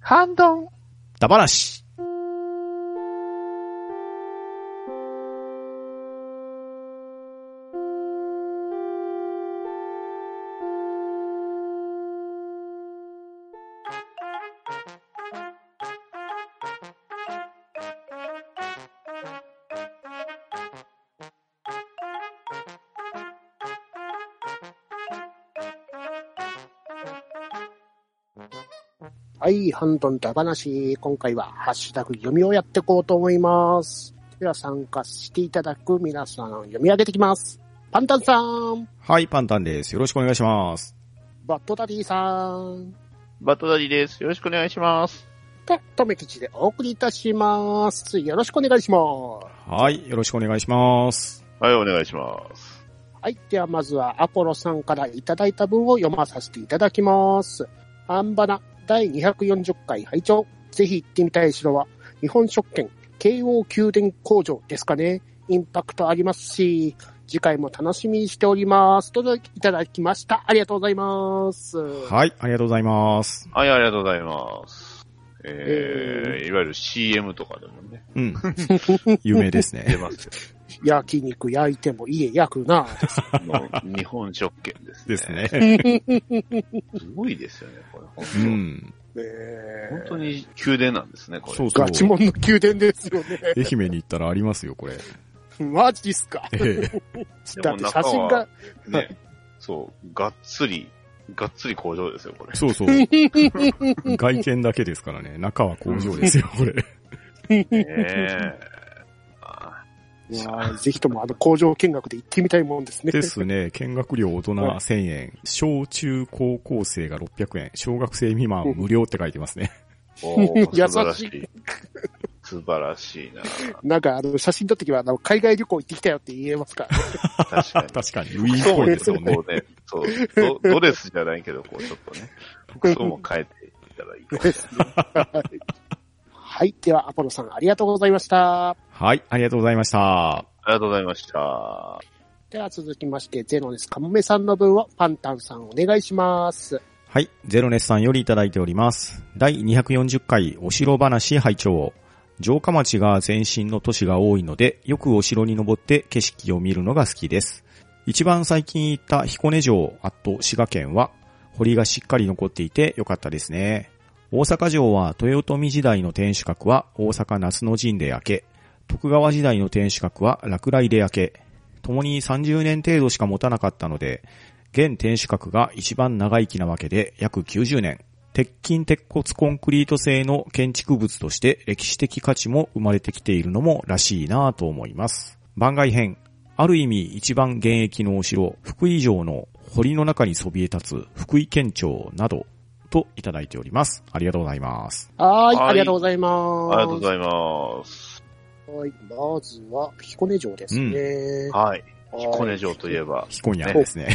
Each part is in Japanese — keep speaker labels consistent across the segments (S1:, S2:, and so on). S1: ハンドン。
S2: ダバラシ。
S3: はい、ハンドンダ話、今回はハッシュタグ読みをやっていこうと思います。では参加していただく皆さん読み上げてきます。パンタンさん、
S2: はい、パンタンです。よろしくお願いします。
S3: バットダディさん、
S1: バットダディです。よろしくお願いします。
S3: と、とめきちでお送りいたします。よろしくお願いします。
S2: はい、よろしくお願いします。
S1: はい、お願いします。
S3: はい。では、まずはアポロさんからいただいた文を読まさせていただきます。アンバナ第240回拝聴。ぜひ行ってみたい城は、日本食券慶応宮殿工場ですかね。インパクトありますし、次回も楽しみにしております。といただきました。ありがとうございます。
S2: はい、ありがとうございます。
S1: はい、ありがとうございます。えー、いわゆる CM とかでもね、
S2: うん。有名です
S1: 出
S2: ね。
S1: ます け
S3: 焼肉焼いても家焼 くな。
S1: ど、もう日本食券です、
S2: です。ね。
S1: すごいですよね、これ。本
S2: う
S1: 当,、
S2: ん。
S3: 本
S1: 本当。に宮殿なんですね、これ。
S2: そうそう
S3: ガ。チモンの宮殿ですよね。
S2: 愛媛に行ったらありますよ、こ れ。
S3: マジっすか。
S2: ええ
S1: で
S3: だっ
S1: も
S3: て
S1: 中
S3: 写真
S1: は
S3: が、
S1: ね、そう、がっつり、がっつり工場ですよ、こ れ。
S2: そうそう。外見だけですからね。中は工場ですよ、これ。
S1: ねえ。あ
S3: いやーぜひともあの工場見学で行ってみたいもんですね。
S2: ですね。見学料大人
S3: はい
S2: 1000円。小中高校生が600円。小学生未満無料って書いてますね。
S1: おー
S3: 優
S1: 素晴らし
S3: しい
S1: い。素晴らしいな
S3: なんか、あの、写真撮ってきは、あの、海外旅行行ってきたよって言えますから。
S1: 確 かに。
S2: 確かに、ウィーンっ
S1: そ
S2: ぽ
S1: う
S2: い
S1: で
S2: です
S1: す
S2: も
S1: ね。
S2: んね。
S1: こうね、そう、ドドレスじゃないけど、こう、ちょっとね、服装も変えていったらいいかも
S3: ですね。 はい。では、アポロさん、ありがとうございました。
S2: はい、ありがとうございました。
S1: ありがとうございました。
S3: では、続きまして、ゼノです。カモメさんの分を、パンタンさん、お願いします。
S2: はい、ゼロネスさんよりいただいております。第240回お城話拝聴城下町が前身の都市が多いので、よくお城に登って景色を見るのが好きです。一番最近行った彦根城、あと滋賀県は、堀がしっかり残っていてよかったですね。大阪城は豊臣時代の天守閣は大阪夏の陣で焼け、徳川時代の天守閣は落雷で焼け、共に30年程度しか持たなかったので、現天守閣が一番長生きなわけで約90年。鉄筋鉄骨コンクリート製の建築物として歴史的価値も生まれてきているのもらしいなぁと思います。番外編。ある意味一番現役のお城、福井城の堀の中にそびえ立つ福井県庁などといただいております。ありがとうございます。
S3: はーい。
S1: はい
S3: ありがとうございます。
S1: ありがとうございます。
S3: はい。まずは、彦根城ですね。
S1: はい。
S3: はい
S1: 彦根城といえば、
S2: 彦根屋ですね。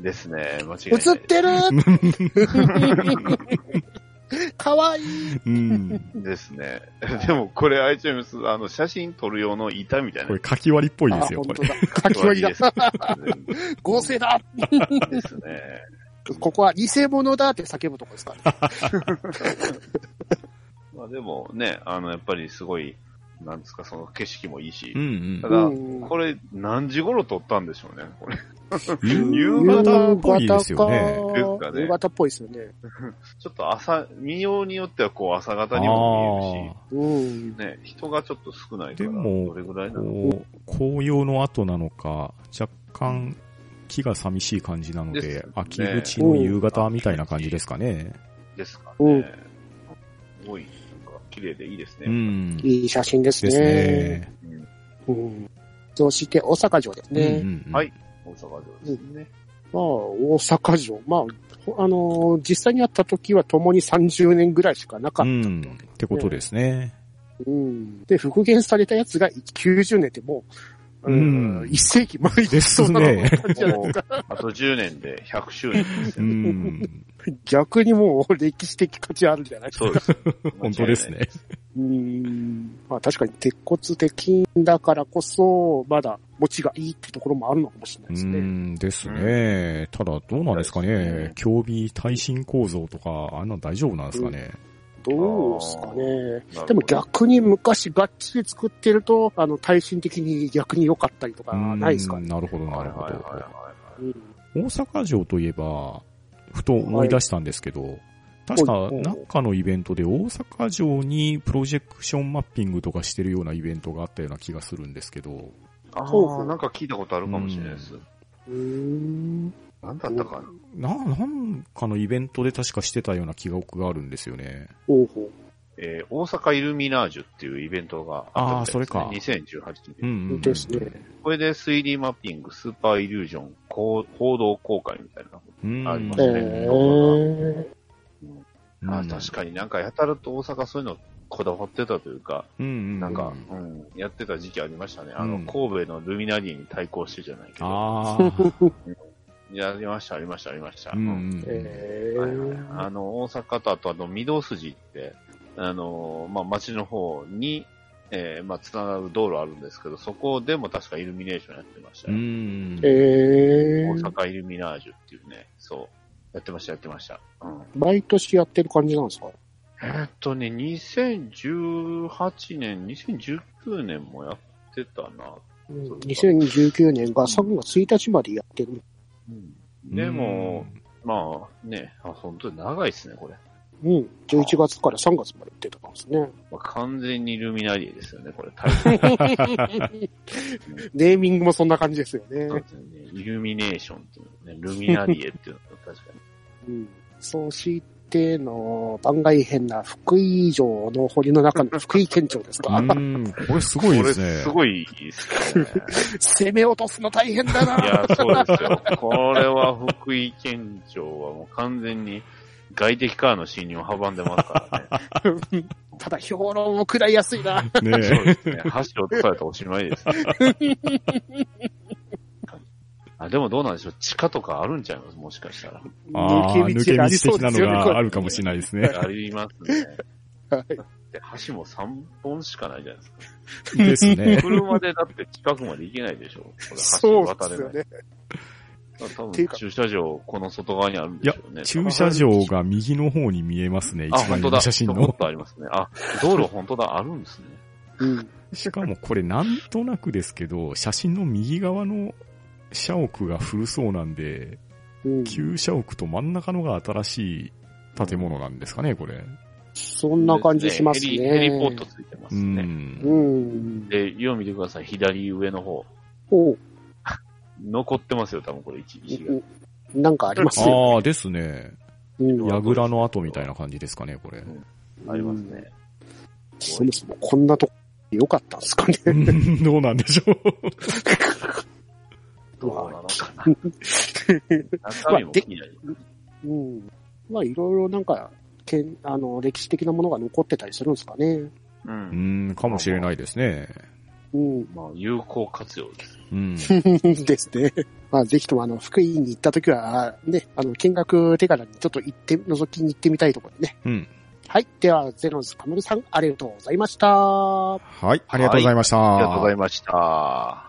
S1: ですね、間違いない。
S3: 映ってる かわいい。
S2: うん。
S1: ですね。でも、これ、iTunes、あの、写真撮る用の板みたいな。
S2: これ書き割りっぽいですよ、
S3: あ
S2: こ
S3: 本
S2: れ
S3: 当。だ。書き割りだ。合成だ。
S1: ですね。
S3: ここは偽物だって叫ぶとこですから、ね。
S1: まあでもね、あの、やっぱりすごい、なんですか、その景色もいいし
S2: う、ん
S1: ただ
S3: うん
S1: これ、何時頃撮ったんでしょうね、これ。
S2: う
S1: 夕
S2: ん。夕方っぽいですよね。
S3: 夕
S1: です
S3: 方
S1: か
S3: か
S1: ね
S3: 夕方っぽいですよね。
S1: ちょっと朝、見ようによっては、こう、朝方にも見えるし
S2: あー、
S3: うん。
S1: ね、人がちょっと少ないから、
S2: でも
S1: どれぐらいなの
S2: こう、紅葉の後なのか、若干木が寂しい感じなので、
S1: ですね
S2: 秋口の夕方みたいな感じですかね。
S1: ですか
S3: うん
S1: ね。すごい、なんか、綺麗でいいですね。
S2: うん。で
S3: いい写真ですね。
S2: すね。
S1: うん
S3: うん、そして、大阪城です
S2: うんう
S3: ね。
S2: んうん
S1: はい。大阪城ですね。
S3: まあ、大阪城。まあ、ほあのー実際に会った時は共に30年ぐらいしかなか
S2: う
S3: った。
S2: ん。ってことですね。
S3: うんで、復元されたやつが90年ってもう、
S2: うん
S3: 1世紀前にそうな
S2: ですね
S3: 感じじゃない
S1: もうあと10年で100周年です
S2: う
S1: よね。
S2: ん。
S3: 逆にもう歴史的価値あるんじゃないですか。
S1: そうです。
S2: 本当ですね。
S3: うん。まあ確かに鉄骨的だからこそ、まだ持ちがいいってところもあるのかもしれな
S2: う
S3: いですね。
S2: ん。ですね。ただ、どうなんですか
S1: そうですね
S2: ね。競技耐震構造とか、あんなの大丈夫なんですかね。
S3: どうですかね。
S1: なるほど
S3: でも逆に昔がっちり作ってると、あの、耐震的に逆に良かったりとかないですか
S2: うーん
S3: ね。
S2: なるほど、なるほ
S1: はいはい
S2: ど。
S1: はいは
S3: うん
S2: 大阪城といえば、ふと思い出したんですけど、確か
S3: おいおい
S2: なんかのイベントで大阪城にプロジェクションマッピングとかしてるようなイベントがあったような気がするんですけど、
S1: い。あ
S3: そうそ
S1: あ、
S3: う
S1: なんか聞いたことあるかもしれないです。
S3: うーん。
S1: なんだったかな
S2: な、なんかのイベントで確かしてたような記憶があるんですよね。
S3: おうほう。
S1: えー大阪イルミナージュっていうイベントがあったみたいですね2018
S2: う
S1: 年。
S2: んうん、うん。
S3: ですね
S1: これで 3D マッピング、スーパーイリュージョン、こう報道公開みたいな。
S2: うん。
S1: ありま
S3: え
S1: すね
S3: え
S2: うん
S1: あー確かになんかやたらと大阪そういうのこだわってたというか、
S2: うんうん。
S1: なんか、うん、やってた時期ありましたね。あ
S2: う
S1: の、
S2: ん
S1: 神戸のルミナリーに対抗してじゃないけど。
S2: あ あ。
S1: やりました、ありました、ありました。
S2: うんうん
S3: ええ
S1: はいはいあの、大阪とあとあの、御堂筋って、あの、まあ、町の方に、えー、まあ、つながる道路あるんですけど、そこでも確かイルミネーションやってました
S2: う
S1: よ、
S2: ん。
S3: ええ
S1: 大阪イルミナージュっていうね、そう。やってました、やってました。うん。
S3: 毎年やってる感じなんですか
S1: えーっとね、2018年、2019年もやってたな。
S3: うん2019年が3月1日までやってる。
S1: うん、でも、まあね、あ、本当に長いですね、これ。
S3: うん。11月から3月までやってたんですね。
S1: まあ、完全にイルミナリーですよね、こ れ。大
S3: ネーミングもそんな感じですよね。
S1: 切にね。イルミネーションっていうのね、ルミナリエっていうのが確かに。
S3: うん。そしての番外編な福井城の堀の中の福井県庁ですか
S2: う。ん。これすごいです
S1: これ
S2: ね
S1: す。ごいですね。
S3: 攻め落とすの大変だ
S1: い
S3: な。
S1: や、そうですよ。これは福井県庁はもう完全に外敵からの侵入を阻んでますからね。
S3: ただ評論を食らいやすいな。
S2: ね
S1: そうですね。箸を取られたらおしま いです、ね。あでもどうなんでしょう。地下とかあるんちゃいますもしかしたら。
S2: ああ、抜け道的なのがあるかもしれないですね。
S1: ありますね。
S3: はい
S1: で箸も3本しかないじゃないですか。
S2: ですね。
S1: 車でだって近くまで行けないでしょ。これ
S3: そう
S1: 橋渡れ
S3: です
S1: ない
S3: よね。
S1: 多
S3: って
S1: 分
S3: いうか
S1: 駐車場、この外側にあるんでしょうね。
S2: 駐車場が右の方に見えますね。
S1: あ、
S2: 一番
S1: 本当
S2: 上
S1: だ。
S2: の写真
S1: ちょこ
S2: の
S1: っ。とありますね。あ、道路本当だ、あるんですね。
S3: うん。
S2: しかもこれなんとなくですけど、写真の右側の社屋が古そうなんで、
S3: うん、
S2: 旧社屋と真ん中のが新しい建物なんですかね、これ。
S3: そんな感じしますね。
S1: ヘリヘリポートついてま
S2: う
S1: すね。
S3: う
S2: ん。
S3: ん。
S1: で、よう見てください。左上の方。
S3: おう
S1: 残ってますよ、多分これ、一石が。
S3: なんかありますよ。
S2: ああ、ですね。
S3: うん
S2: 櫓の跡みたいな感じですかね、こ れ。
S1: ありますね。
S3: そもそもこんなとこ良かったんですかね。
S2: うんどうなんでしょう。
S1: どうなのかな。中身も気になる。
S3: うん。まあいろいろなんか、けんあの、歴史的なものが残ってたりするんですかね。
S1: う。
S2: うんん、かもしれないですね。
S3: うん。
S1: まあ、有効活用です。
S2: うん。
S3: ですね。 まあぜひともあの、福井に行った時は、ね、あの、見学手柄にちょっと行って、覗きに行ってみたいところでね。
S2: うん。
S3: はい。では、ゼノンズカムルさん、ありがとうございました。は
S2: はい、ありがとうございました。
S1: ありがとうございました。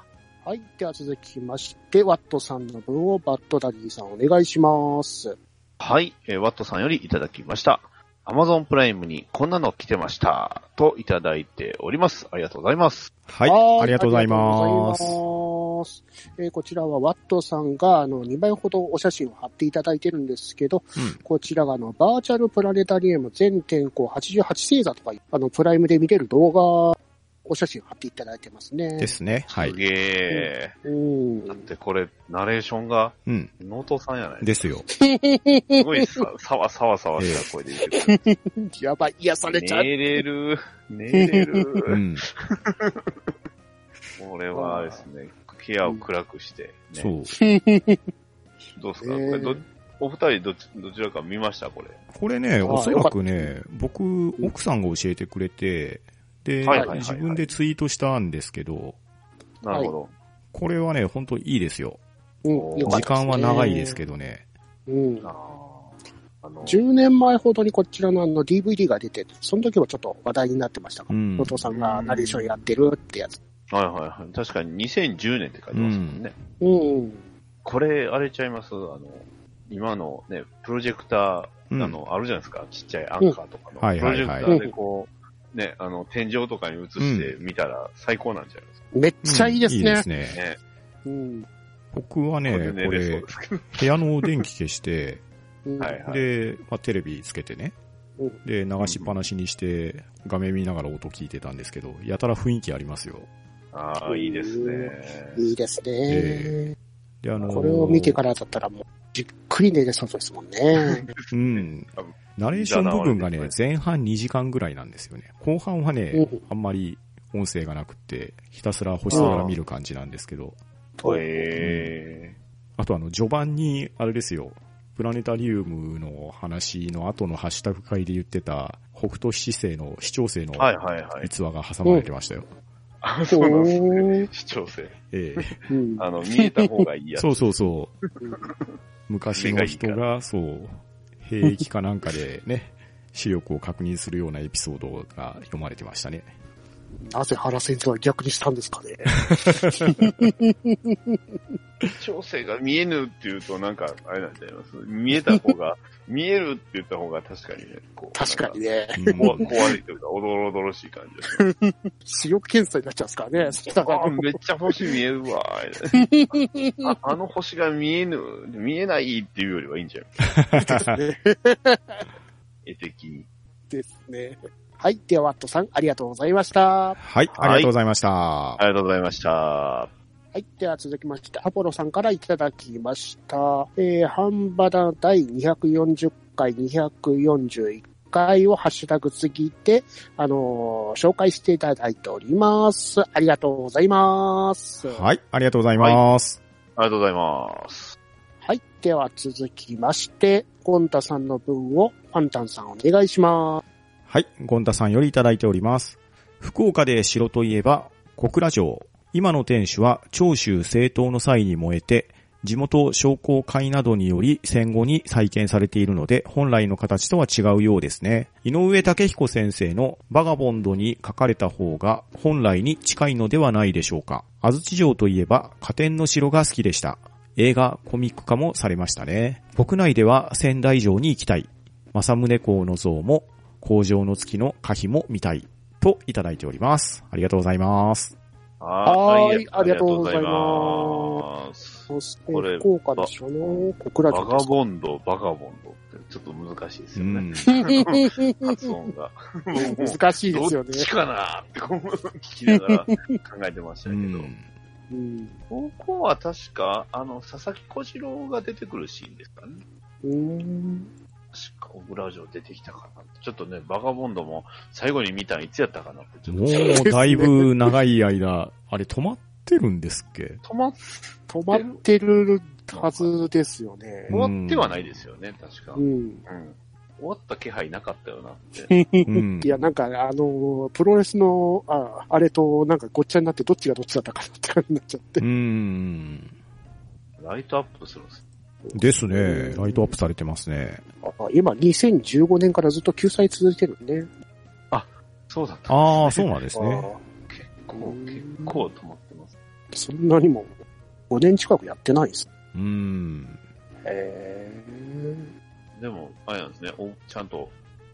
S3: い。では続きまして、ワットさんの分をバットダディさんお願いします。
S1: はい、えーワットさんよりいただきました。Amazon プライムにこんなの来てました。といただいております。ありがとうございます。
S2: はい、ありがとうございます
S3: あ。りがとうございますえーこちらはワットさんがあの2倍ほどお写真を貼っていただいてるんですけど、
S2: うん
S3: こちらがあのバーチャルプラネタリウム全天候88星座とかいうあのプライムで見れる動画お写真を貼っていただいてますね。
S2: ですね。はい
S1: す。げえ。
S3: うん。
S1: だってこれ、ナレーションが、
S2: うん。
S1: ノートさんやない
S2: ですよ。
S1: すごいさ、 さわさわさわした声で言 ってる。
S3: やばい、癒されちゃう。
S1: 寝れる。 寝れ
S2: う
S1: る。
S2: ん。
S1: これはあれですね、部屋を暗くして、ね。
S2: そう。
S1: どうですか、
S3: えー
S1: これどお二人どっちどちらか見ましたこれ。
S2: これね、
S3: あ
S2: おそらくね、僕、奥さんが教えてくれて、で、
S1: はいはいはいはい
S2: 自分でツイートしたんですけど、
S1: なるほど。
S2: これはね、本当いいですよ。
S3: うん、よかっ
S2: 時
S3: たですね
S2: 間は長いですけどね。
S3: うん
S1: あ。ーあの
S3: 10年前ほどにこちらのあの DVD が出て、その時はちょっと話題になってましたか
S2: う
S3: ら、
S2: ん
S3: ワットさんがナレーションやってるってやつ。
S1: はいはいはい。確かに2010年って書いてますもんね。
S3: うん。
S1: これ、あれちゃいますあの、今のね、プロジェクター
S2: うん
S1: あの、あるじゃないですか、ちっちゃいアンカーとかの。
S2: うんはい
S1: プロ
S2: はい
S1: ジェ
S2: はい
S1: クターでこう、ね、あの、天井とかに映してみたら最高なんじゃないですか
S3: めっちゃいいです
S2: いいで
S3: ね
S2: す。ね。
S1: ね。
S3: うん。
S2: 僕はね、
S1: こ
S2: こ
S1: れで寝れそう
S2: れ
S1: で、すけど。
S2: 部屋の電気消して、
S3: うん
S1: はいはい。
S2: で、まあ、テレビつけてね
S3: うん。
S2: で、流しっぱなしにして、画面見ながら音聞いてたんですけど、やたら雰囲気ありますよ。
S1: ああ、いいですね。
S3: いいですね、
S2: えで、あのー
S3: これを見てからだったらもう、じっくり寝れそうですもんね。
S2: うん。ナレーション部分がね、前半2時間ぐらいなんですよね。後半はね
S3: うん、
S2: あんまり音声がなくって、ひたすら星空見る感じなんですけど、
S1: え
S2: あとあの、序盤に、あれですよ、プラネタリウムの話の後のハッシュタグ会で言ってた、北斗七星の、市長星の
S1: えはいはいはい。
S2: 逸話が挟まれてましたよ。
S1: あそうなんですね。
S3: ね。
S1: 視聴性。
S2: ええ
S3: うん。
S1: あの、見えた方がいいやつ。
S2: そうそうそう。
S3: うん
S2: 昔の人が、そう、兵役かなんかでね、視力を確認するようなエピソードが読まれて ましたね。
S3: なぜ原先生は逆にしたんですかね。
S1: 視聴性が見えぬって言うと、なんか、あれなんちゃいます見えた方 が、見えるって言った方が確かにね、こう。
S3: 確かにね。
S1: な
S2: う
S1: んか。こわ
S2: ん
S1: 怖いというか、おどろおどろしい感じですね。
S3: 視力検査になっちゃうんですからね。そしたら
S1: あー
S3: ね
S1: めっちゃ星見えるわ。 ああの星が見えぬ、見えないっていうよりはいいんじゃない 絵的に。
S3: ですね。はい。では、ワットさん、ありがとうございました。
S2: はい、ありがとうございました。
S1: ありがとうございました。
S3: はい。では続きまして、アポロさんからいただきました。えー、半端な第240回、241回をハッシュタグつぎて、あのー紹介していただいております。ありがとうございます。い。
S2: はい、ありがとうございます。
S1: ありがとうございます。
S3: はい。では続きまして、ゴンタさんの分をパンタンさんお願いします。
S2: はい、ゴンタさんよりいただいております。福岡で城といえば、小倉城。今の天守は長州征討の際に燃えて、地元商工会などにより戦後に再建されているので、本来の形とは違うようですね。井上武彦先生のバガボンドに書かれた方が本来に近いのではないでしょうか。安土城といえば、加点の城が好きでした。映画、コミック化もされましたね。国内では仙台城に行きたい。政宗公の像も工場の月の可否も見たいといただいております。ありがとうございます。
S3: はーいありがとうございます
S1: す。
S3: そして、
S1: これ
S3: 福岡でしょうね。小倉
S1: バ
S3: 城
S1: ガ
S3: ですか。
S1: ボンド、バガボンドってちょっと難しいですよね。発音が。もう
S3: 難しいです
S1: ど
S3: よ
S1: っ
S3: ね。
S1: ちかなってこう聞きながら考えてました
S2: う
S1: けど。
S2: ん。
S3: うん
S1: ここは確か、あの、佐々木小次郎が出てくるシーンですかね。
S3: うん
S1: 確か、小倉城出てきたかな。ちょっとね、バガボンドも最後に見たのいつやったかな。ちょっと
S2: もうだいぶ長い間、あれ止まってるんですっけ
S1: 止まっ
S3: 止まってるはずですよね。
S1: 終わってはないですよね、確か。
S3: う
S1: うん。
S3: ん。
S1: 終わった気配なかったよなって。
S2: ん
S3: いや、なんか、あの、プロレスの、ああれと、なんかごっちゃになって、どっちがどっちだったかなって感じになっちゃって
S2: う。ん。
S1: ライトアップするんです。
S2: ですね。ライトアップされてますね。
S3: あ今、2015年からずっと救済続いてるね。
S1: そうだった。
S2: ああ、そうなんですね。
S3: あ
S1: 結構、結構止まってます。
S3: あそんなにも、5年近くやってないんです。
S2: うん。
S3: へ
S1: でも、あれなんですね、おちゃんと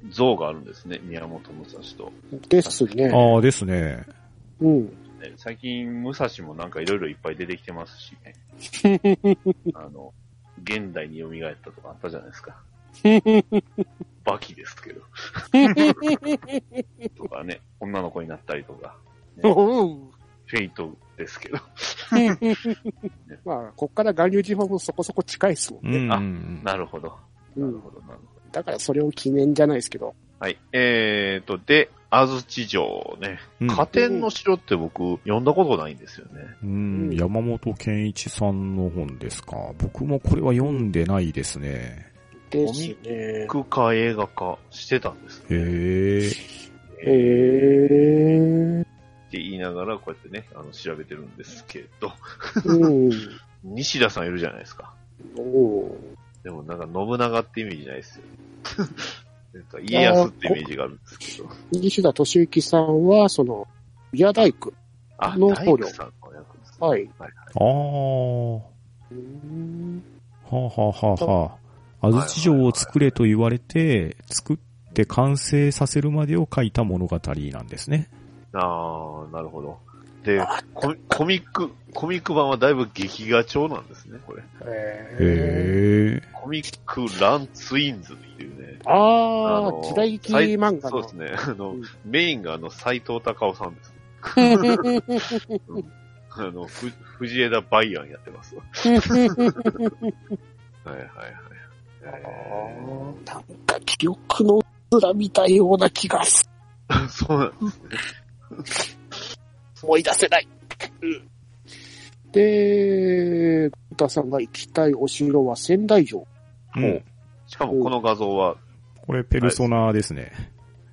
S1: 像があるんですね、宮本武蔵と。
S3: ーですね。
S2: ああ、ですね。
S3: うん。
S1: ね最近、武蔵もなんかいろいろいっぱい出てきてますし ね。あの、現代に蘇ったとかあったじゃないです か。バキですけど。とかね、女の子になったりとか、
S3: うん
S1: フェイトですけど。
S3: まあ、こっから巌流島もそこそこ近いですもん
S2: う
S3: ね。
S2: ん。
S1: なるほど。
S3: う
S1: なる
S3: ん。
S1: ほど、なるほど。
S3: だからそれを記念じゃないですけど。
S1: はい。えーと、で、安土城ね。
S2: うん
S1: 加点の城って僕、読んだことないんですよね。
S2: うん山本健一さんの本ですか。僕もこれは読んでないですね。
S3: ですね。
S1: 空化映画化してたんですね。
S2: へえ。
S3: へえ。
S1: って言いながら、こうやってね、あの、調べてるんですけど、
S3: うん。
S1: 西田さんいるじゃないですか。
S3: おお。
S1: でもなんか、信長ってイメージないですよ。 なんか、家康ってイメージがあるんですけど。
S3: 西田敏行さんは、その、宮大工。
S1: あ、
S3: 農
S1: 大
S3: 耕
S1: 工
S3: 業
S1: さんの役です、ね。
S3: はい。
S1: はいはい。
S2: ああ。はあ、はあはあはあ。安土城を作れと言われて、作って完成させるまでを書いた物語なんですね。
S1: ああ、なるほど。で、コミコミック、コミック版はだいぶ劇画調なんですね、これ。
S3: え
S2: へえ。
S1: コミックランツインズっていうね。
S3: ー、ああ
S1: の、
S3: 時代劇漫画
S1: そう
S3: の
S1: で。すね。あの、
S3: うん
S1: メインがあの、斎藤隆夫さん です。あの、ふ藤枝バイアンやってます。はいはいはい。え
S3: なんか記憶のうずらみたいような気がす
S1: ー そうなん
S3: 思い出せない。うんで、古田さんが行きたいお城は仙台城。
S2: う
S1: ほ
S2: ん
S1: う。しかもこの画像は、
S2: これ、ペルソナですね。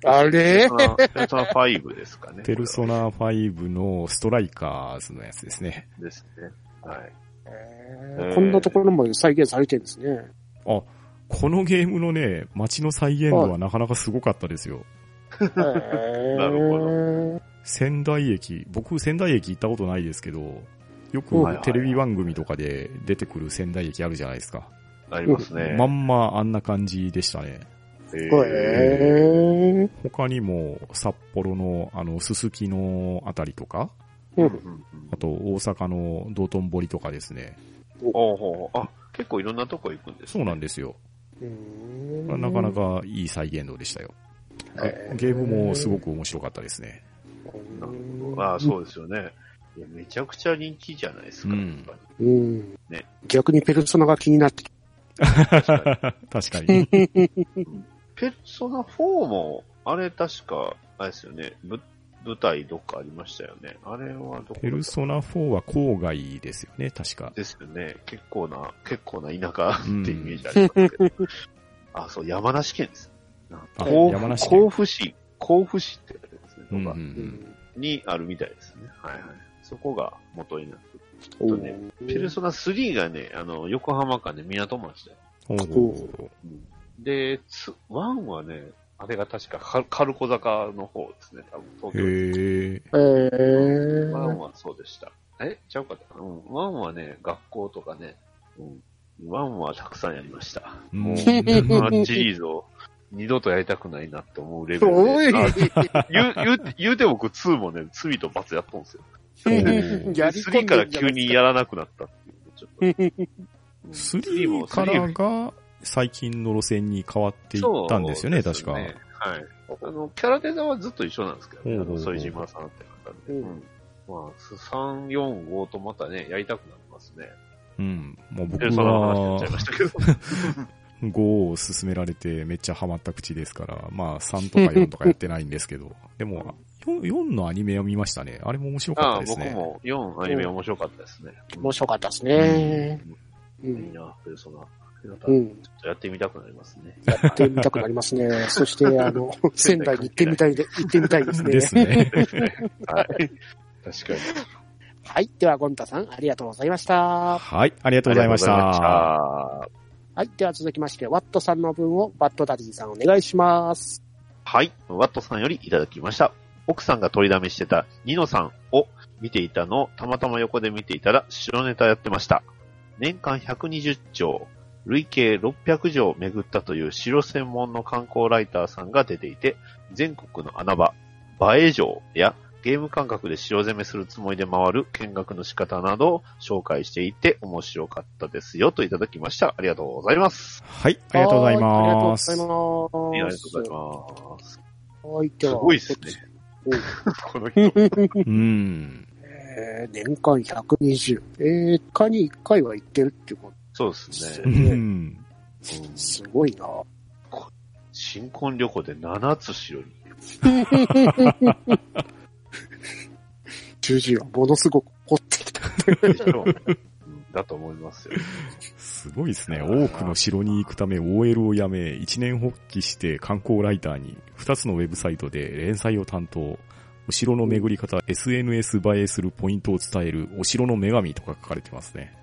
S3: あ
S1: ペル
S3: れ
S1: ソナペルソナ5ですかね。
S2: ペルソナ5のストライカーズのやつですね。
S1: ですね。はい。
S3: こんなところまで再現されてるんですね。
S2: あ、このゲームのね、街の再現度はなかなかすごかったですよ。
S1: な
S3: る
S1: る
S2: 仙台駅、僕仙台駅行ったことないですけど、よく
S1: はいはいはい
S2: テレビ番組とかで出てくる仙台駅あるじゃないですか。
S1: ありますね。
S2: まんまあんな感じでしたね。
S1: え
S3: ほど。へえ。
S2: 他にも札幌のあのすすきのあたりとか、
S1: う
S3: うんん
S1: うんうん
S2: あと大阪の道頓堀とかですね。
S1: おうほうほうあ、結構いろんなとこ行くんです
S2: そう
S1: ね。
S2: なんですよ。
S3: うん
S2: なかなかいい再現度でしたよ。
S3: へー
S2: ゲームもすごく面白かったですね。
S1: なるほど。あそうですよね。いや、めちゃくちゃ人気じゃないですか。
S2: う
S1: や
S2: ん
S1: っぱり
S3: うん
S1: ね
S3: 逆にペルソナが気になってきた。
S2: 確かに。
S1: ペルソナ4も、あれ確か、あれですよね、ぶ舞台どっかありましたよね。あれはどこ
S2: ペルソナ4は郊外ですよね、確か。
S1: ですよね。結構な、結構な田舎ってイメージありますけど。あ、そう、山梨県です。
S2: あ
S1: 甲
S2: 山
S1: 府
S2: 梨県
S1: 甲府市、甲府市ってあれですね、
S2: うんう
S1: とか
S2: ん
S1: にあるみたいですね。はいはい。そこが元になってる。
S3: うん
S1: とねペルソナ3がね、あの、横浜かね、港町で。
S2: うんほ
S1: で、つ1はね、あれが確かカル、カルコ坂の方ですね、多分
S2: う。
S1: 東京
S2: へえ。
S3: え
S1: ワン
S3: ー、
S1: はそうでした。えちゃうかったかなうん。ワンはね、学校とかね、うん。ワンはたくさんやりました。
S2: うん
S1: もう、ワンシリーズを二度とやりたくないなって思うレベル
S3: おい
S1: で。あ言う、言う、言うて僕2もね、罪と罰やったんですよ。
S2: うん
S3: やり込
S1: 3
S3: ん
S1: か
S3: で
S1: ら
S3: んじゃ
S1: 急
S3: ないで
S1: に
S3: すか
S1: やらなくなったっていう。ちょっとうん
S2: 3からが最近の路線に変わっていったんですよね、
S1: そう
S2: 確か。
S1: はい。あの、キャラデザはずっと一緒なんですけどね、あ
S2: ほうほう
S1: の、
S2: ほう
S1: 副島さんって方で。
S3: うん
S1: うんまあ、3、4、5とまたね、やりたくなりますね。
S2: うん。もう僕
S1: で、その話になっ
S2: は
S1: ちゃいましたけど。
S2: 5を勧められてめっちゃハマった口ですから、まあ3とか4とかやってないんですけ ど、でも 4, 4のアニメを見ましたね。あれも面白かっ
S1: あ
S2: た
S1: あ、
S2: です
S1: 僕
S2: ね。
S1: も4アニメ面白かったですね。
S3: 面白かったですね。う
S1: いい
S3: ん。
S1: な、ペルソナ。なんかち
S3: う
S1: ょ
S3: ん。
S1: っとやってみたくなります ね。
S3: やってみたくなり ますね。そして、あの、仙台に行ってみたいで、行ってみたいですね。
S2: ですね。
S1: はい。確かに。
S3: はい。では、ゴンタさん、ありがとうございました。
S2: はい、ありがとうございまし
S1: ありがとうございま
S2: た。
S1: した。
S3: はい。では、続きまして、ワットさんの分を、バットダディさん、お願いします。
S1: はい。ワットさんよりいただきました。奥さんが取りだめしてたニノさんを見ていたのをたまたま横で見ていたら白ネタやってました。年間120兆、累計600錠を巡ったという白専門の観光ライターさんが出ていて、全国の穴場、映え城やゲーム感覚で塩攻めするつもりで回る見学の仕方などを紹介していて面白かったですよといただきました。ありがとうございます。
S2: はい、ありがとうござい
S3: はありがとうご
S2: ます
S3: ざい。ます。
S1: ありがとうございます。
S3: はい。ですは、
S1: ごいですね。この人。
S2: うん。
S3: えー年間120。えー、他に1回は行ってるっていうこ
S1: そうです
S2: う
S1: ね。
S2: ん。
S1: うん
S3: と。すごいな。
S1: 新婚旅行で7つしより。
S3: 十字がものすごく怒ってきた。
S1: だと思いますよ。
S2: すごいですね。多くの城に行くため OL を辞め、一年発起して観光ライターに、二つのウェブサイトで連載を担当。お城の巡り方、SNS 映えするポイントを伝える、お城の女神とか書かれてますね。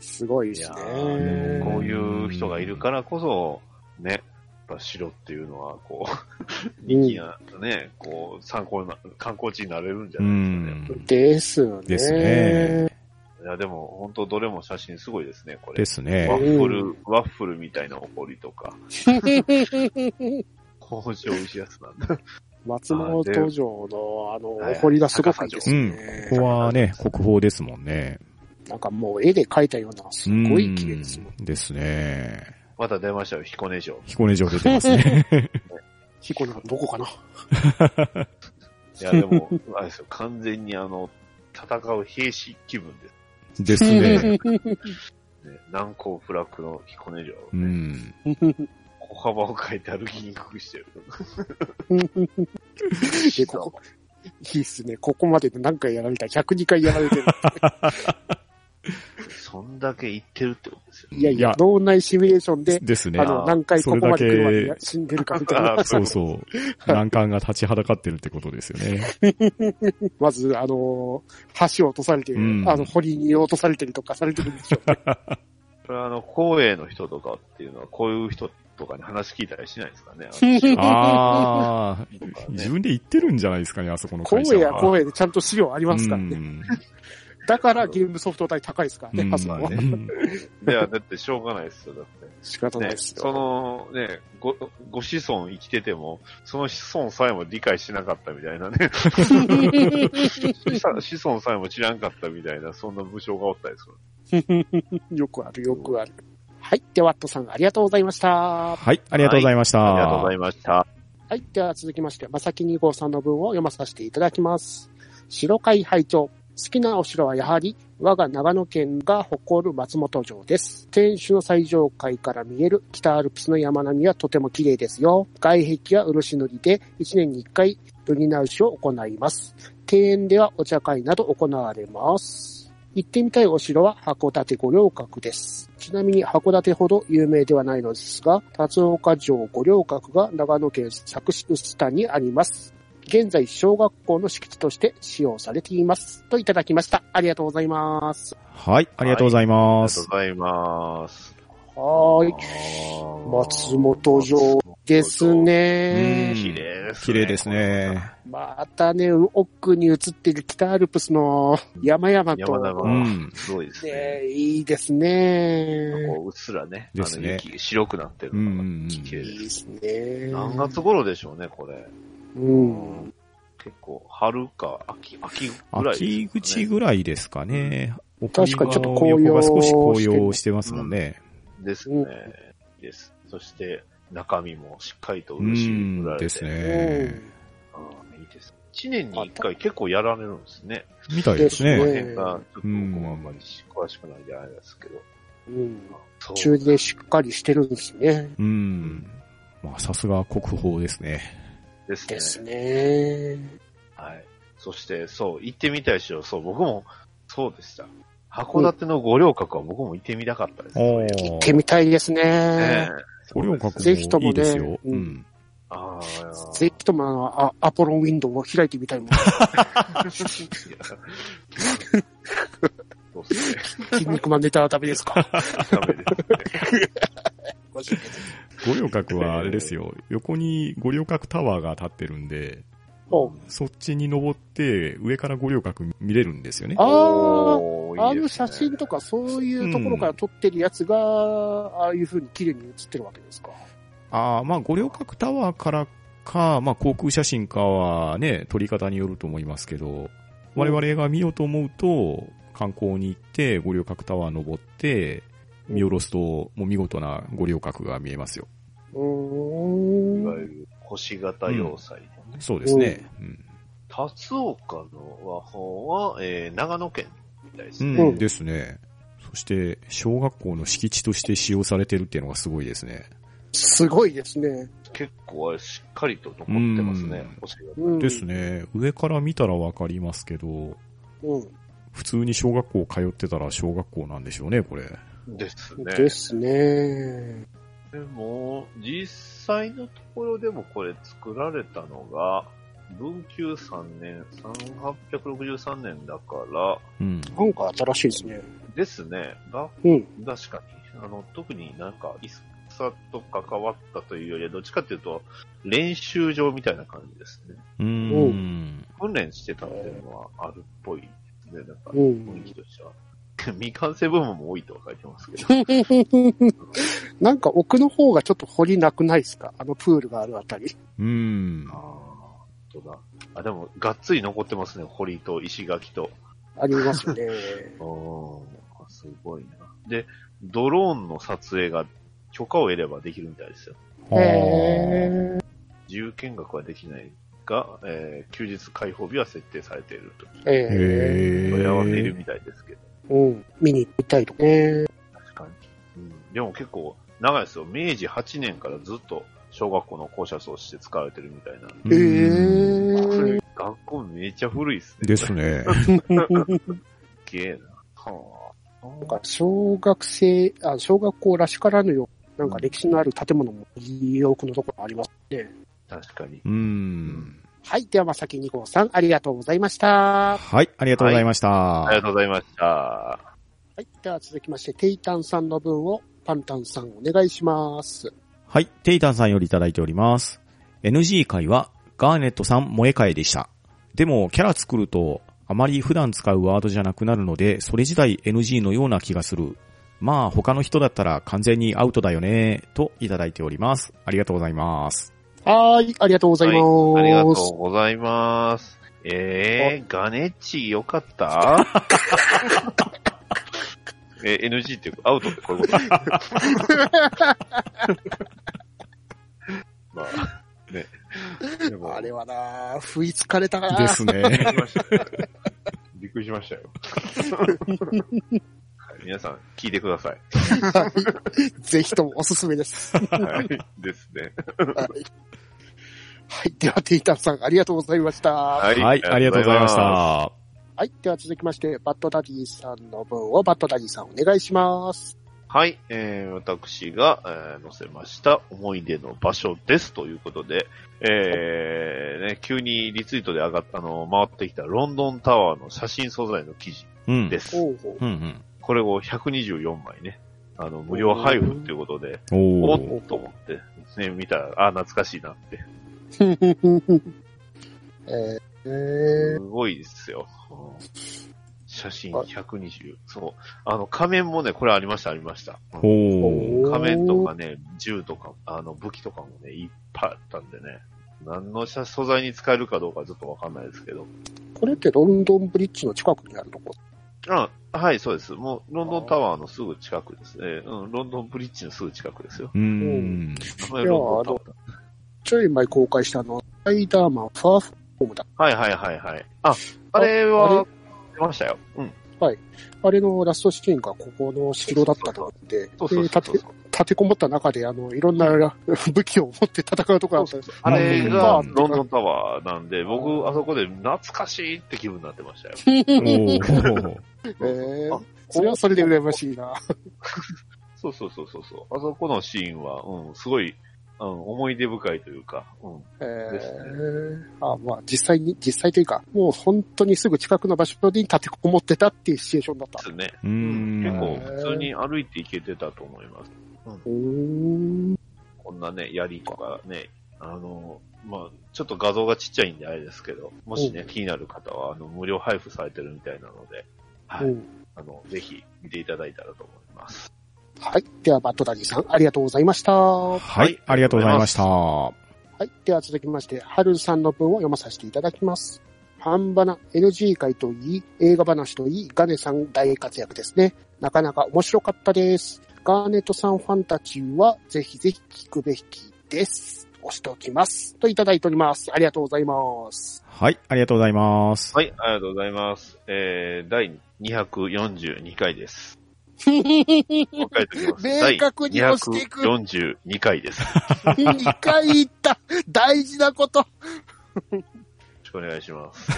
S3: すごいで
S1: い
S3: す
S1: や
S3: ね。
S1: ーでもこういう人がいるからこそ、ね、やっぱ城っていうのは、こう、人気な、ね、こう、参考な、観光地になれるんじゃ
S2: う
S1: ないですかね。
S2: ん。
S3: ですよね。
S2: ですね。
S1: いや、でも、本当どれも写真すごいですね、これ
S2: で。す
S1: ワ
S2: ね。
S1: ッフル、ワッフルみたいなおこりと か、工場石安なんだ。
S3: 松本城の、あの、
S1: はい
S3: お堀がすごくいいです
S2: うん。ここ
S3: ね。
S2: はね、国宝ですもんね。
S3: なんかもう絵で描いたような、す
S2: うん
S3: ごい綺麗ですもん。
S2: ですね。
S1: また出ましたよ、彦根城。
S2: 彦根城出てますね。
S3: 彦根のどこかな。
S1: いや、でも、あれですよ、完全にあの、戦う兵士気分で
S2: ですね。
S1: すね。難攻不落の彦根城。
S2: うん。
S1: 歩幅を変えて歩きにくくしてる。
S3: で、ここ、いいっすね。ここまでで何回やられた ?102 回やられ てる。
S1: そんだけ行ってるってことですよ。
S3: いやい
S2: い
S3: や
S2: や、
S3: 脳内シミュレーションで、
S2: ですね
S3: あ。の、何回ここまで来る
S2: そ
S3: ま
S2: れだ
S3: で
S2: け
S3: 死んでるかみたい
S1: あ
S3: な。
S1: ー
S2: そうそう。難関が立ちはだかってるってことですよね。
S3: まず、あの、橋を落とされてる、
S2: うん
S3: あの、堀に落とされてるとかされてるんでしょうね。
S1: これはあの、光栄の人とかっていうのは、こういう人とかに話聞いたりしないですかね。
S2: ああ、 自分で言ってるんじゃないですかね、あそこの会社
S3: 光栄や
S2: は。
S3: 光栄でちゃんと資料ありますからね。
S2: う
S3: だからゲームソフト代高いですからね、
S2: ん。
S3: あそこは。
S2: うん
S1: いや、だってしょうがないですよ、だって。
S3: 仕方ない
S1: ね、
S3: です
S1: そ
S3: よ。
S1: のね、ご、ご子孫生きてても、その子孫さえも理解しなかったみたいな ね。子孫子孫さえも知らんかったみたいな、そんな武将がおったりする。
S3: よくある、よくある。はい。で、ワットさん、ありがとうございました。
S2: はい、ありがとうございました。
S1: ありがとうございました。
S3: はい。では続きまして、まさき2号さんの文を読まさせていただきます。白海拝聴好きなお城はやはり、我が長野県が誇る松本城です。天守の最上階から見える北アルプスの山並みはとても綺麗ですよ。外壁は漆塗りで、1年に1回、塗り直しを行います。庭園ではお茶会など行われます。行ってみたいお城は函館五稜郭です。ちなみに函館ほど有名ではないのですが、辰岡城五稜郭が長野県佐久市臼田にあります。現在、小学校の敷地として使用されています。といただきました。ありがとうございます。
S2: はい、ありがとうござ
S1: あ
S2: い
S1: り
S2: ま
S1: がとう
S2: す。
S1: ございます。
S3: はーい。
S1: 松
S3: 松本城です。
S2: うん
S3: ね。
S1: 綺麗ですね。
S2: 綺麗ですね。
S3: またね、奥に映ってる北アルプスの山々と、
S1: 山々
S2: う
S1: うん
S2: ん。
S1: すごいですね。
S3: ね、いいですね。
S1: こううっすらね、
S2: ですね
S1: あの雪白くなってる
S2: うんうんう
S1: のが
S2: ん
S1: 綺麗
S3: いい
S1: です。
S3: ですね。
S1: 何月頃でしょうね、これ。
S3: うん。
S1: 結構、春か秋、秋ぐらいですかね、
S2: 秋口ぐらいですかね。
S3: 確かにちょっと紅葉
S2: 横が少し紅葉してますもんね。
S1: です
S3: う
S1: ね
S3: ん。
S1: です。そして、中身もしっかりと
S2: う
S1: 漆塗られ
S2: ん。
S1: て。
S2: です
S3: う
S2: ね。
S3: ん
S1: うんいいです。一年に一回結構やられるんですね。
S2: みたいです
S1: こ
S3: え
S1: の
S3: です
S2: ね。
S1: 辺
S3: ね
S1: が、ちょっと僕もあんまり詳しくないんであれですけど。
S3: うん。
S1: そう
S3: 中でしっかりしてるんですね。
S2: うん。まあ、さすが国宝ですね。
S1: ですね。
S3: ですね。
S1: はい。そして、そう、行ってみたいしよう。そう、僕も、そうでした。函館の五稜郭は僕も行ってみたかったです。
S2: お
S1: ね
S3: 行ってみたいです
S1: え
S3: ね。
S2: これを書く
S3: ぜひと
S2: の
S3: もね
S2: いいですよ。う
S3: うん
S2: ん。
S1: ああ。
S3: ぜひともあのア、アポロンウィンドウを開いてみたいもん。
S1: いや そうですね。
S3: 筋肉マンネタはダメですか
S1: ダメですね。
S2: 五稜郭はあれですよ。横に五稜郭タワーが立ってるんで、
S3: おう
S2: そっちに登って、上から五稜郭見れるんですよね。
S3: あー
S1: おー
S3: あ
S1: いい
S3: の
S1: ですね
S3: 写真とかそういうところから撮ってるやつが、ああいう風に綺麗に写ってるわけですか。
S2: ああ、まあ、五稜郭タワーからか、まあ、航空写真かはね、撮り方によると思いますけど、我々が見ようと思うと、観光に行って、五稜郭タワー登って、見下ろすと、もう見事な五稜郭が見えますよ。
S3: う
S1: い
S3: ー
S1: わ
S3: ん。
S1: ゆる星型要塞。
S2: そうですね。うん。
S1: 辰岡の和本は、えー、長野県みたいです
S2: う
S1: ね。
S2: ん、ですね。そして、小学校の敷地として使用されてるっていうのがすごいですね。
S3: すごいですね。
S1: 結構あれしっかりと残ってますね
S2: うん、
S1: 星型。
S3: うん、
S2: です。ね。上から見たらわかりますけど、
S3: うん。
S2: 普通に小学校通ってたら小学校なんでしょうね、これ。
S1: です
S3: で
S1: ね。
S3: すね。
S1: でも、実際のところでもこれ作られたのが、文久3年、1863年だから、
S2: うん。
S3: なんか新しいですね。
S1: ですね。が、
S3: うん
S1: 確かに。あの、特になんか、いさと関わったというよりは、どっちかっていうと、練習場みたいな感じですね。
S2: うーん。
S1: 訓練してたっていうのはあるっぽいですね。なんか、
S3: うん
S1: 雰囲気としては。 未完成部分も多いとは書いてますけど。
S3: なんか奥の方がちょっと掘りなくないですかあのプールがあるあたり。
S2: うん
S1: あ。あ、本当だ。あ、でも、がっつり残ってますね。堀と石垣と。
S3: ありますね。
S1: おーすごいな。で、ドローンの撮影が許可を得ればできるみたいですよ。
S2: へ
S3: へ
S1: 自由見学はできないが、えー休日開放日は設定されていると。
S3: え。え
S1: 問い合わせいるみたいですけど、
S3: え。うん。見に行きたいとかね。
S1: 確かに。うん、でも結構長いですよ。明治8年からずっと小学校の校舎として使われてるみたいなんで。
S3: え
S1: こ
S3: え。
S1: れ学校めっちゃ古いっすね。
S2: ですね。
S1: すげえな。はあ。
S3: なんか小学生、あ小学校らしからぬよう、なんか歴史のある建物もよくのところありますね。
S1: 確かに。
S2: うん。
S3: はい。では、まさき2号さん、ありがとうございました。は
S2: はい、ありがとうございました。
S1: ありがとうございました。
S3: い。では、続きまして、テイタンさんの分を、パンタンさん、お願いします。
S2: はい、テイタンさんよりいただいております。NG 会はガーネットさん萌え会でした。でもキャラ作るとあまり普段使うワードじゃなくなるので、それ自体 NG のような気がする。まあ他の人だったら完全にアウトだよね、といただいております。ありがとうございます。
S3: はい。ありがとうございます。
S1: はいありがとうございます。えー、ガネッチよかった え、NG っていうか、アウトってこういう ことまあ、ね。でも
S3: あれはなあ不意つかれたなあ
S2: ですね。
S1: びっくりしましたよ。びっくりしましたよ。 はい皆さん、聞いてください。
S3: ぜひともおすす めです。は
S1: はい。ですね。
S3: い。はい。では、テイタンさん、ありがとうございました。は。
S1: はいい
S2: はい、ありがとうございました。
S3: では、続きまして、バッドダディさんの分を、バッドダディさん、お願いします。
S1: はい、えー、私が、えー載せました思い出の場所ですということで、えー、ね、急にリツイートで上がった、あの、回ってきたロンドンタワーの写真素材の記事
S2: うん。
S1: で。す。
S3: おうほう。
S2: うんうん。
S1: これを124枚ね、あの、無料配布ということで、お
S2: おー。
S1: っと思って、ね、見たら、あ、懐かしいなって。
S3: えーえ
S1: すごいですよ。うん写真120。そう。あの、仮面もね、これありました、ありました。うん
S2: おー。
S1: 仮面とかね、銃とか、あの、武器とかもね、いっぱいあったんでね。何の写素材に使えるかどうかちょっとわかんないですけど。
S3: ー これってロンドンブリッジの近くにあるとこ。
S1: あはい、そうです。もう、ロンドンタワーのすぐ近くですね。えーうん、ロンドンブリッジのすぐ近くですよ。
S2: うん。
S1: 名前ロンドンタワー
S3: ちょい前公開したあの、スパイダーマン、ファーフォームだ。
S1: はいはいはいはい。あ、あれは、出ましたよ。うん。
S3: あれのラストシーンがここの城だったと思って、で
S1: そう
S3: 立
S1: そうそう
S3: て
S1: そう。
S3: 立てこもった中で、あの、いろんな 武器を持って戦うところ
S1: そう
S3: です。
S1: あれが
S3: う、ん
S1: ロンドンタワーなんで、僕、あそこで懐かしいって気分になってましたよ。
S2: おー。
S3: えー
S1: あ
S3: それはそれで羨ましいな。
S1: そうそうそうそうそう。あそこのシーンは、うん、すごい、うん、思い出深いというか、うん。
S3: え
S1: です
S3: ー、あまあ、実際に、実際というか、もう本当にすぐ近くの場所に立てこもってたっていうシチュエーションだっ
S1: で
S3: た。
S1: すね。
S2: う
S1: うん
S2: ん。
S1: 結構、普通に歩いて行けてたと思います。
S3: うーん。
S1: こんなね、槍とかね、あの、まあちょっと画像がちっちゃいんであれですけど、もしね、気になる方は、あの、無料配布されてるみたいなので、は
S3: う
S1: い。
S3: ん
S1: あの、ぜひ見ていただいたらと思います。
S3: はい。では、バッドダディさん、ありがとうございました。は。
S2: はい、ありがとうございました。はい
S3: では、続きまして、ハルさんの文を読まさせていただきます。半ばな NG 会といい、映画話といい、ガネさん大活躍ですね。なかなか面白かったです。ガーネットさんファンたちは、ぜひぜひ聞くべきです。押しておきます。といただいております。ありがとうございます。
S2: い、ありがとうございます。
S1: はい、ありがとうございます。えー、第242回です。 もう一回言っておきます
S3: 明確に押していく
S1: 第242回 です。よ
S3: 2回言った大事なことよ
S1: ろしくお願いします。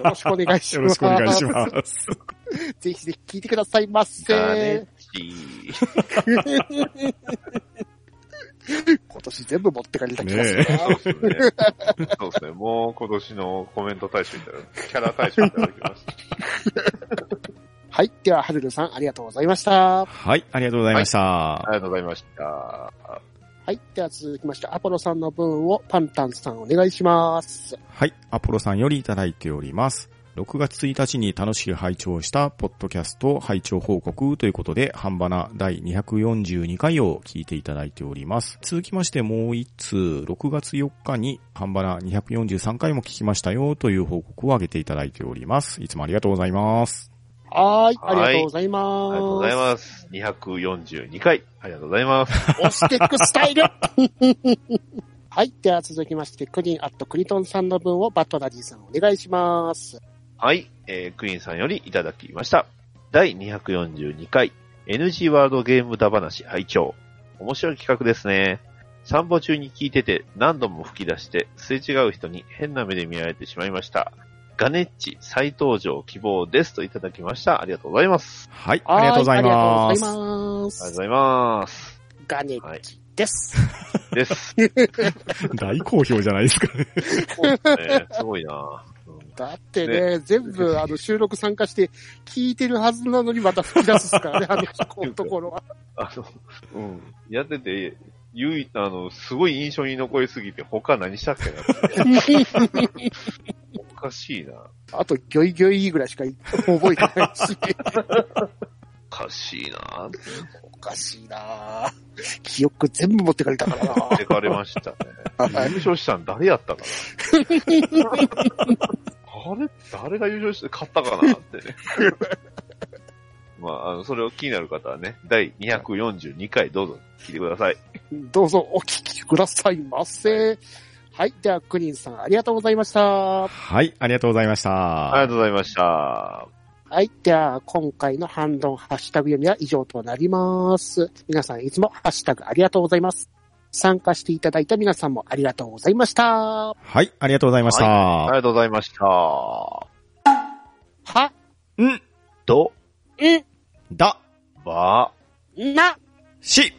S3: ろしくお願いし
S2: よ
S3: ます。
S2: ろしくお願いします。
S3: ぜひぜひ聞いてくださいませ。
S1: ガネッ
S3: 今年全部持ってかれた気がす
S2: ね
S3: るな。
S1: そうですね。そうですね。もう今年のコメント大賞いただき、キャラ大賞いただきました。
S3: はい。では、はるるさん、ありがとうございました。は
S2: はい、ありがとうございました。
S1: ありがとうございました。
S3: い。では、続きまして、アポロさんの分をパンタンさんお願いします。
S2: はい、アポロさんよりいただいております。 6月1日に楽しく拝聴したポッドキャスト拝聴報告ということで、半ばな第242回を聞いていただいております。続きましてもう一通、6月4日に半ばな243回も聞きましたよという報告を上げていただいております。いつもありがとうございます。
S3: はーい、あり
S1: はい
S3: がとうございます。
S1: ありがとうございます。242回、ありがとうございます。
S3: 押していくスタイル はい。では続きまして、クリーンアットクリトンさんの分をバトラジーさんお願いします。
S1: はい、えー、クイーンさんよりいただきました。第242回 NG ワードゲームだ話拝聴。面白い企画ですね。散歩中に聞いてて何度も吹き出してすれ違う人に変な目で見られてしまいました。ガネッチ再登場希望ですといただきました。ありがとうございます。
S2: はい、
S3: は
S2: ありがとうございま
S3: あり
S2: す
S3: が。とうござ
S1: ありがとう
S3: います。
S1: ございます。
S3: ガネッチです。
S1: です。
S2: 大好評じゃないですかね。
S1: ねすごいな、うん
S3: だってね、全部あの収録参加して聞いてるはずなのにまた吹き出すっすからね、あのこのと ころは。
S1: あの、うん。やってて、唯一、あの、すごい印象に残りすぎて、他何したっけなって。おかしいな。
S3: あと、ギョイギョイぐらいしか覚えてないし。
S1: おかしいな
S3: おかしいなぁ記憶全部持ってかれたからな
S1: ってかれま したね。
S3: はい
S1: 優勝したん誰やったか なあれ誰が優勝して勝ったかなってね。まあ、あの、それを気になる方はね、第242回どうぞ聞いてください。
S3: どうぞお聞きくださいませ。はい。では、クリンさん、ありがとうございました。は
S2: はい、ありがとうございました。
S1: ありがとうございました。
S3: い。では、今回のハンドンハッシュタグ読みは以上となります。皆さん、いつもハッシュタグありがとうございます。参加していただいた皆さんもありがとうございました。
S2: はい、ありがとうございました。
S1: ありがとうございました。
S3: は、
S2: うん、
S1: ど、
S3: ん、
S2: だ、
S1: ば、
S3: な、
S2: し、